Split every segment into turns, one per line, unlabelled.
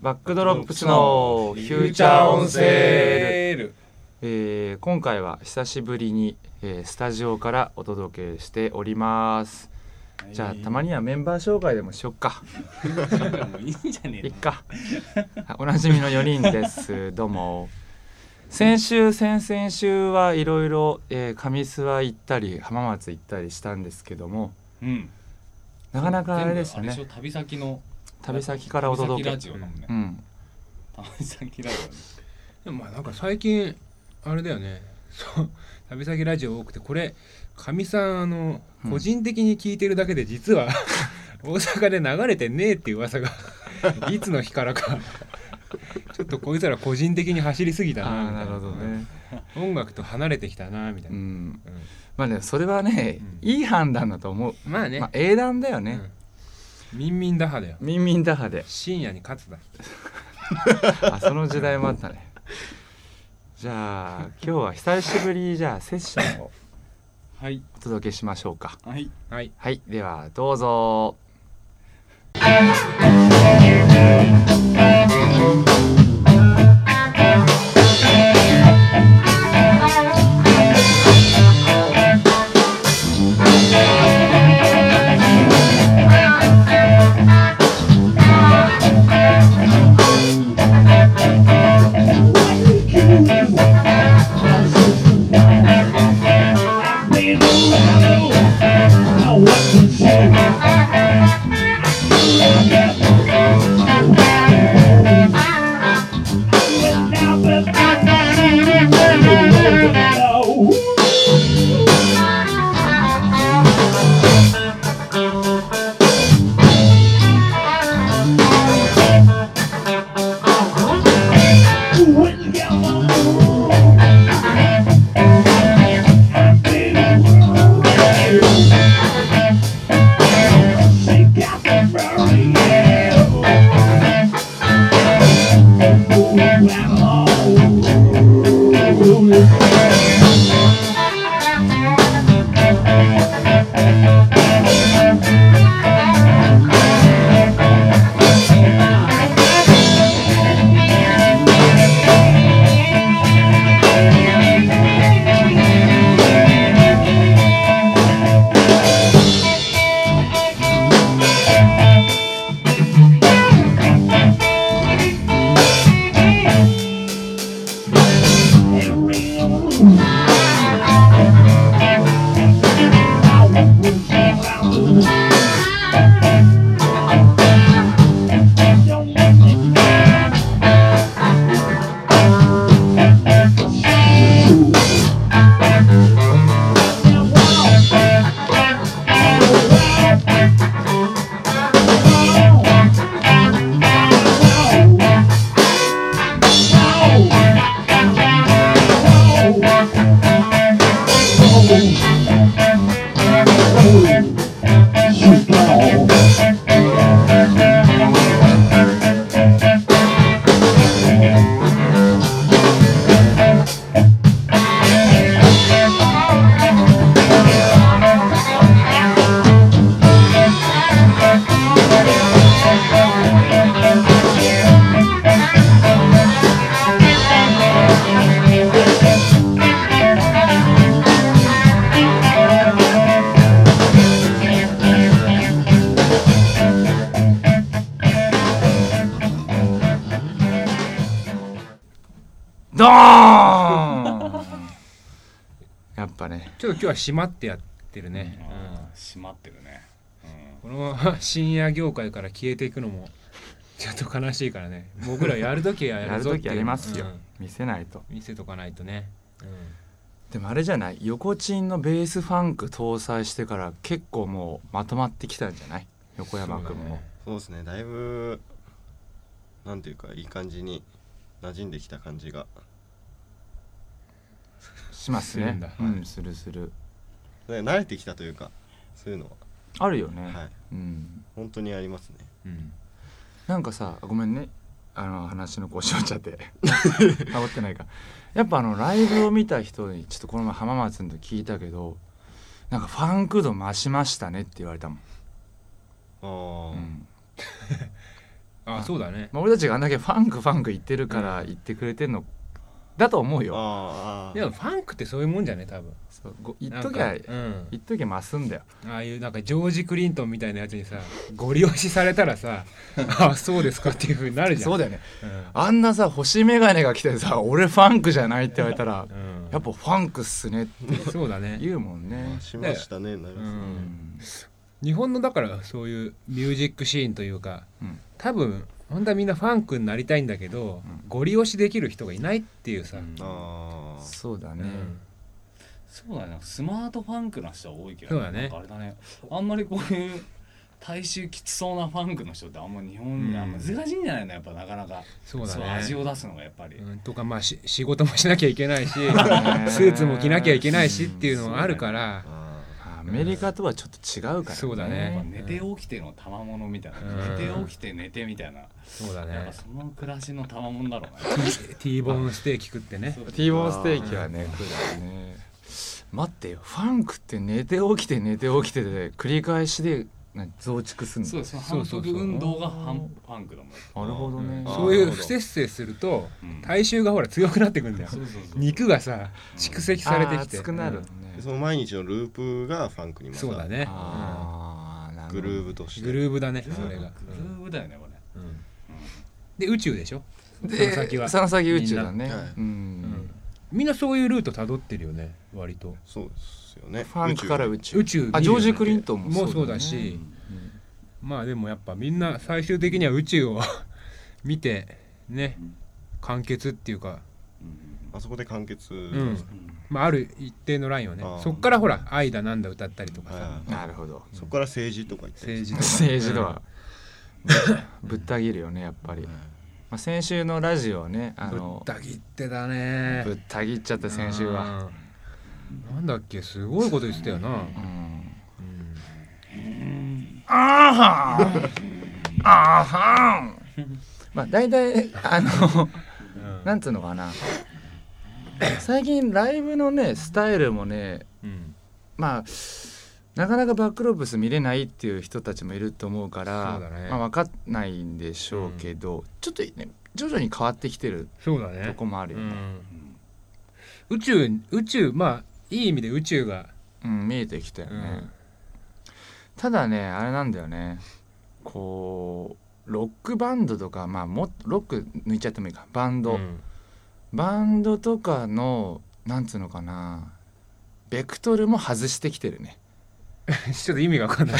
バックドロップスのフューチャーオンセール、
ル
えー今回は久しぶりに、えースタジオからお届けしておりますじゃあたまにはメンバー紹介でもしよっか
もういいんじゃね
いっかあおなじみの4人 ですどうも先週先々週はいろいろえー上諏訪行ったり浜松行ったりしたんですけども
うん
なかなかあれでした
全部あれ
ね
しょ旅先の
旅先からお届け
旅先ラジオだもんね
うん
旅先ラジオね
でもまあなんか最近あれだよねそう旅先ラジオ多くてこれかみさんあの
うん
個人的に聞いてるだけで実 は、大阪で流れてねえっていう噂がいつの日からかちょっとこいつら個人的に走りすぎた
あ
な
あ
み
な
たい
る
な
ほどね
音楽と離れてきたなみたいうな、
ん
うん
まあねそれはね
うん
いい判断だと思う
まあね、
まあ英断だよ
う
ね
んみんみん打破だよ
みんみん打破で
深夜に勝つだ
あその時代もあったね じゃあ今日は久しぶりにじゃあセッションを
はい
お届けしましょうか
はい
はい
はい、ではどうぞ。ドーン。やっぱね、
ちょっと今日は閉まってやってるね、うん
あー閉まってるね
このまま深夜業界から消えていくのもちょっと悲しいからね僕らやるときはや
や
る
る
ぞっ
と
ていう
きやりますよ
うん。
見せないと。
見せとかないとね、うん
でもあれじゃない、横チンのベースファンク搭載してから結構もうまとまってきたんじゃない？横山君
そうだ
も
ね。
そうですねだいぶなんていうかいい感じに馴染んできた感じが
します
するん
ね
だ。
うん、するする。
ね慣れてきたというかそういうの
あるよ
は、は
ね。
い
うん。
本当にありますね
うん
なんかさ、ごめんね。あの話の腰折っちゃ って。あ、折ってないか。やっぱあのライブを見た人にちょっとこの前浜松の時聞いたけど、なんかファンク度増しましたねって言われたもん。
ああ、
うん
あそうだね
まあ、俺たちがあんだけファンクファンク言ってるから言ってくれてんのだと思うよ
あーあー
でもファンクってそういうもんじゃね多分
そうご言っ
な
と
ん
きゃ
かうん
言っときゃ増すんだよ
ああいうなんかジョージ・クリントンみたいなやつにさご利用しされたらさ あそうですかっていうふうになるじゃん
そうだよね
うん
あんなさ星眼鏡が来てさ俺ファンクじゃないって言われたら
うん
やっぱファンクっすねって
そうだね
言うもん
ま
ね
あ、しましたねなりますね、
う
うん
ん
日本のだからそういうミュージックシーンというか
うん
多分本当はみんなファンクになりたいんだけど、
うん
ご利用しできる人がいないっていうさ、
うん
ああ
そうだ
う
ね
ん
そうだねスマートファンクな人は多いけど
そうだね
なんかあれだねあんまりこういう大衆きつそうなファンクの人ってあんま日本には
うん
難しいんじゃないのやっぱなかなか
そうだ
そう
ね
味を出すのがやっぱり、
うんとかまあし仕事もしなきゃいけないしス
ね
ーツも着なきゃいけないしっていうのはあるから、
あ
アメリカとはちょっと違うから
そうだね
やっぱ寝て起きての賜物みたいな、
うん
寝て起きて寝てみたいな、
そうだ
なんか
ね
その暮らしの賜物だろう
T ボーンステーキ食ってね
ねそう
T ボーンステーキはね食うだろうね待ってよファンクって寝て起きて寝て起きてで繰り返しで何増築すんの
そうです
そ
反
うそう
復
そう
運動が反ファンクだも
な
ん、
るほどね、
あー
そういう不節制すると
うん
体臭がほら強くなってくんだよ
そうそうそう
肉がさ蓄積されてきて
熱くなる
う
ね
ん、
ーその毎日のループがファンクにまた
そうだね
あーなるほど
グルーブとし
うん
て
グルーブだね
グルー
そ
ブ
れが、
グルーブだよねこれ、
うんうん
うん
で宇宙でしょ
で
その先は
その先宇宙だね
みんなはい
うん
うんみんなそういうルート辿ってるよね割と
そうですよね
ファンクから宇宙
宇宙見るよね
あジョージ・クリントン
も
も
う
そ
そうう
だ,、ね、
だし
うん
まあでもやっぱみんな最終的には宇 宙を見てね
うん
完結っていうか、
うん
あそこで完結、
うんまあ、ある一定のラインをね
あー
そっからほら「愛だなんだ」歌ったりとか
はい
さ
はい
なるほど
そこから政治とか言って
政治とか
政治とはぶった切るよねやっぱり、まあ、先週のラジオはねあ
ぶ
の
った切ってだね
ぶった切っちゃった先週は、
うんなんだっけすごいこと言ってたよな、
うん、
うん
あーはーんあーはーんまあ大体あのなんつうのかな最近ライブのねスタイルもね
うん
まあなかなかバックロブス見れないっていう人たちもいると思うから
そうだね
まあ、分かんないんでしょうけど、ちょっとね徐々に変わってきてる
そうだね
とこもあるよね、
うん宇宙宇宙まあいい意味で宇宙が、
うん見えてきたよ
う
ね、
ん
ただねあれなんだよねこうロックバンドとかまあもっとロック抜いちゃってもいいかバンド、
うん
バンドとかのなんつうのかなベクトルも外してきてるね
ちょっと意味が分かんな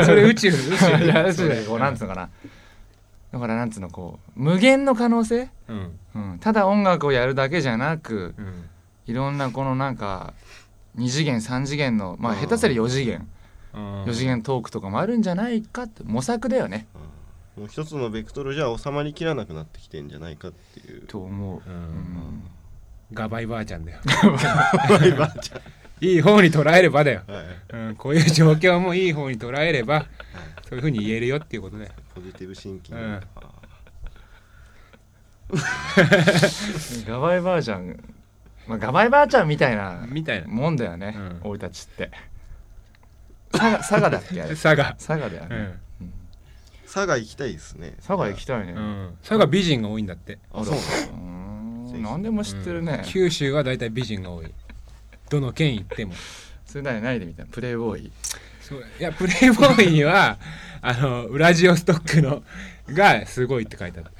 いそれ宇宙宇宙
いや マジでこうなんつうのかなだからなんつうのこう無限の可能性、
うん
うん、ただ音楽をやるだけじゃなく
うん
いろんなこのなんか2次元3次元のまあ
うん
下手すりゃ4次元
うん
4次元トークとかもあるんじゃないかって模索だよね
もう一つのベクトルじゃ収まりきらなくなってきてんじゃないかっていう
と思う
う
うんん
ガバイばあちゃんだよ
はいばあち
いい方に捉えればだよ、
ゃんはい
うん、こういう状況もいい方に捉えればそういうふうに言えるよっていうことだよ
ポジティブシンキング
うん
あー
ガバイばあちゃん、まあ、ガバイばあちゃんみたいな
みたいな
もんだよね
うん
俺たちって佐賀佐賀だっけあれ
佐賀
佐賀だよ
う
ね
ん、
うん
佐賀行きたいですね
佐賀行きたいね
うん、佐賀美人が多いんだって
あそう
うーん何でも知ってるね
九州は大体美人が多いどの県行っても
それなにないでみたいなプレイボーイ
そういやプレイボーイには あのウラジオストックのがすごいって書いてある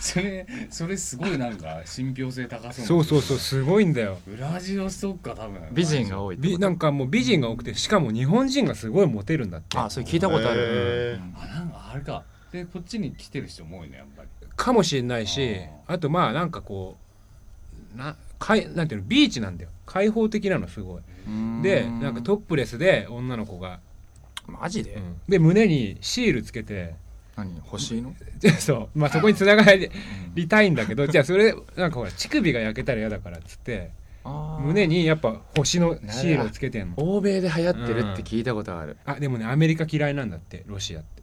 それそれすごいなんか信憑性高そうな
そうそうそうすごいんだよ
ウラジオストックは多分
美人が
い
多いってこ
び
と
なんかもう美人が多くてしかも日本人がすごいモテるんだって
あそれ聞いたことある、う
へー
ん
あなんかあれかでこっちに来てる人も多いねやっぱり
かもしれないし
あ
あとまあなんかこうなかいなんていうのビーチなんだよ開放的なのすごいでなんかトップレスで女の子が、
マジで、
うんで胸にシールつけて
何欲しいの、
じゃあそうまあそこに繋がり
うん
たいんだけどじゃあそれなんかほら乳首が焼けたら嫌だからっつって
あー
胸にやっぱ星のシールをつけてんの
欧米で流行ってるって聞いたことある、
あでもねアメリカ嫌いなんだってロシアって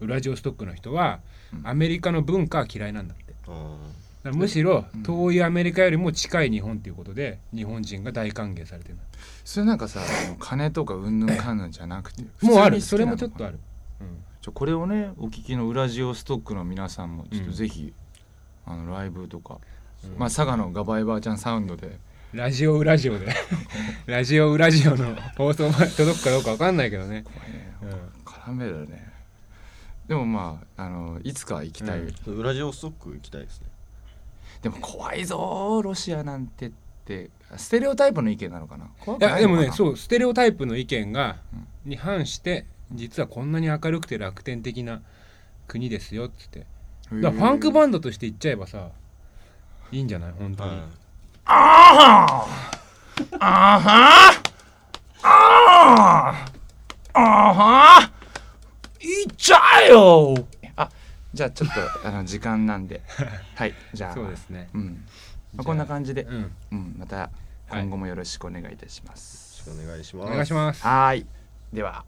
ウラジオストックの人は
うん
アメリカの文化は嫌いなんだってだか
あー
らむしろ
うん
遠いアメリカよりも近い日本っていうことで日本人が大歓迎されてる
それなんかさあの金とかうんぬんかんぬんじゃなくて
もうあるそれもちょっとあ
る
る、うん
じゃあこれをねお聞きのウラジオストックの皆さんもちょっと
うん
ぜひ、あのライブとか、まあ佐賀のガバエバーちゃんサウンドで
ラジオウラ ジオでラジオウラジオの放送まで届くかどうかわかんないけどね、うん
絡めるねでもまああのいつか行きたい、
うん
ウラジオストック行きたいですね
でも怖いぞーロシアなんてってステレオタイプの意見なのかな怖
い
く
や
ない
で
のか
も
な
ねそうステレオタイプの意見が、に反して実はこんなに明るくて楽天的な国ですよっつって
へー
だからファンクバンドとして言っちゃえばさいいんじゃない本当に、
は
あーはーあーはーあーあーはーいっちゃえよあじゃあちょっとあの時間なん ではいじゃあ
そうですね
うん
じ
ま
ゃあ
あ、こんな感じで、
うん
うん、また今後もよろしくお願いいたします、
いお願いし
お
ます
願いします
はーいでは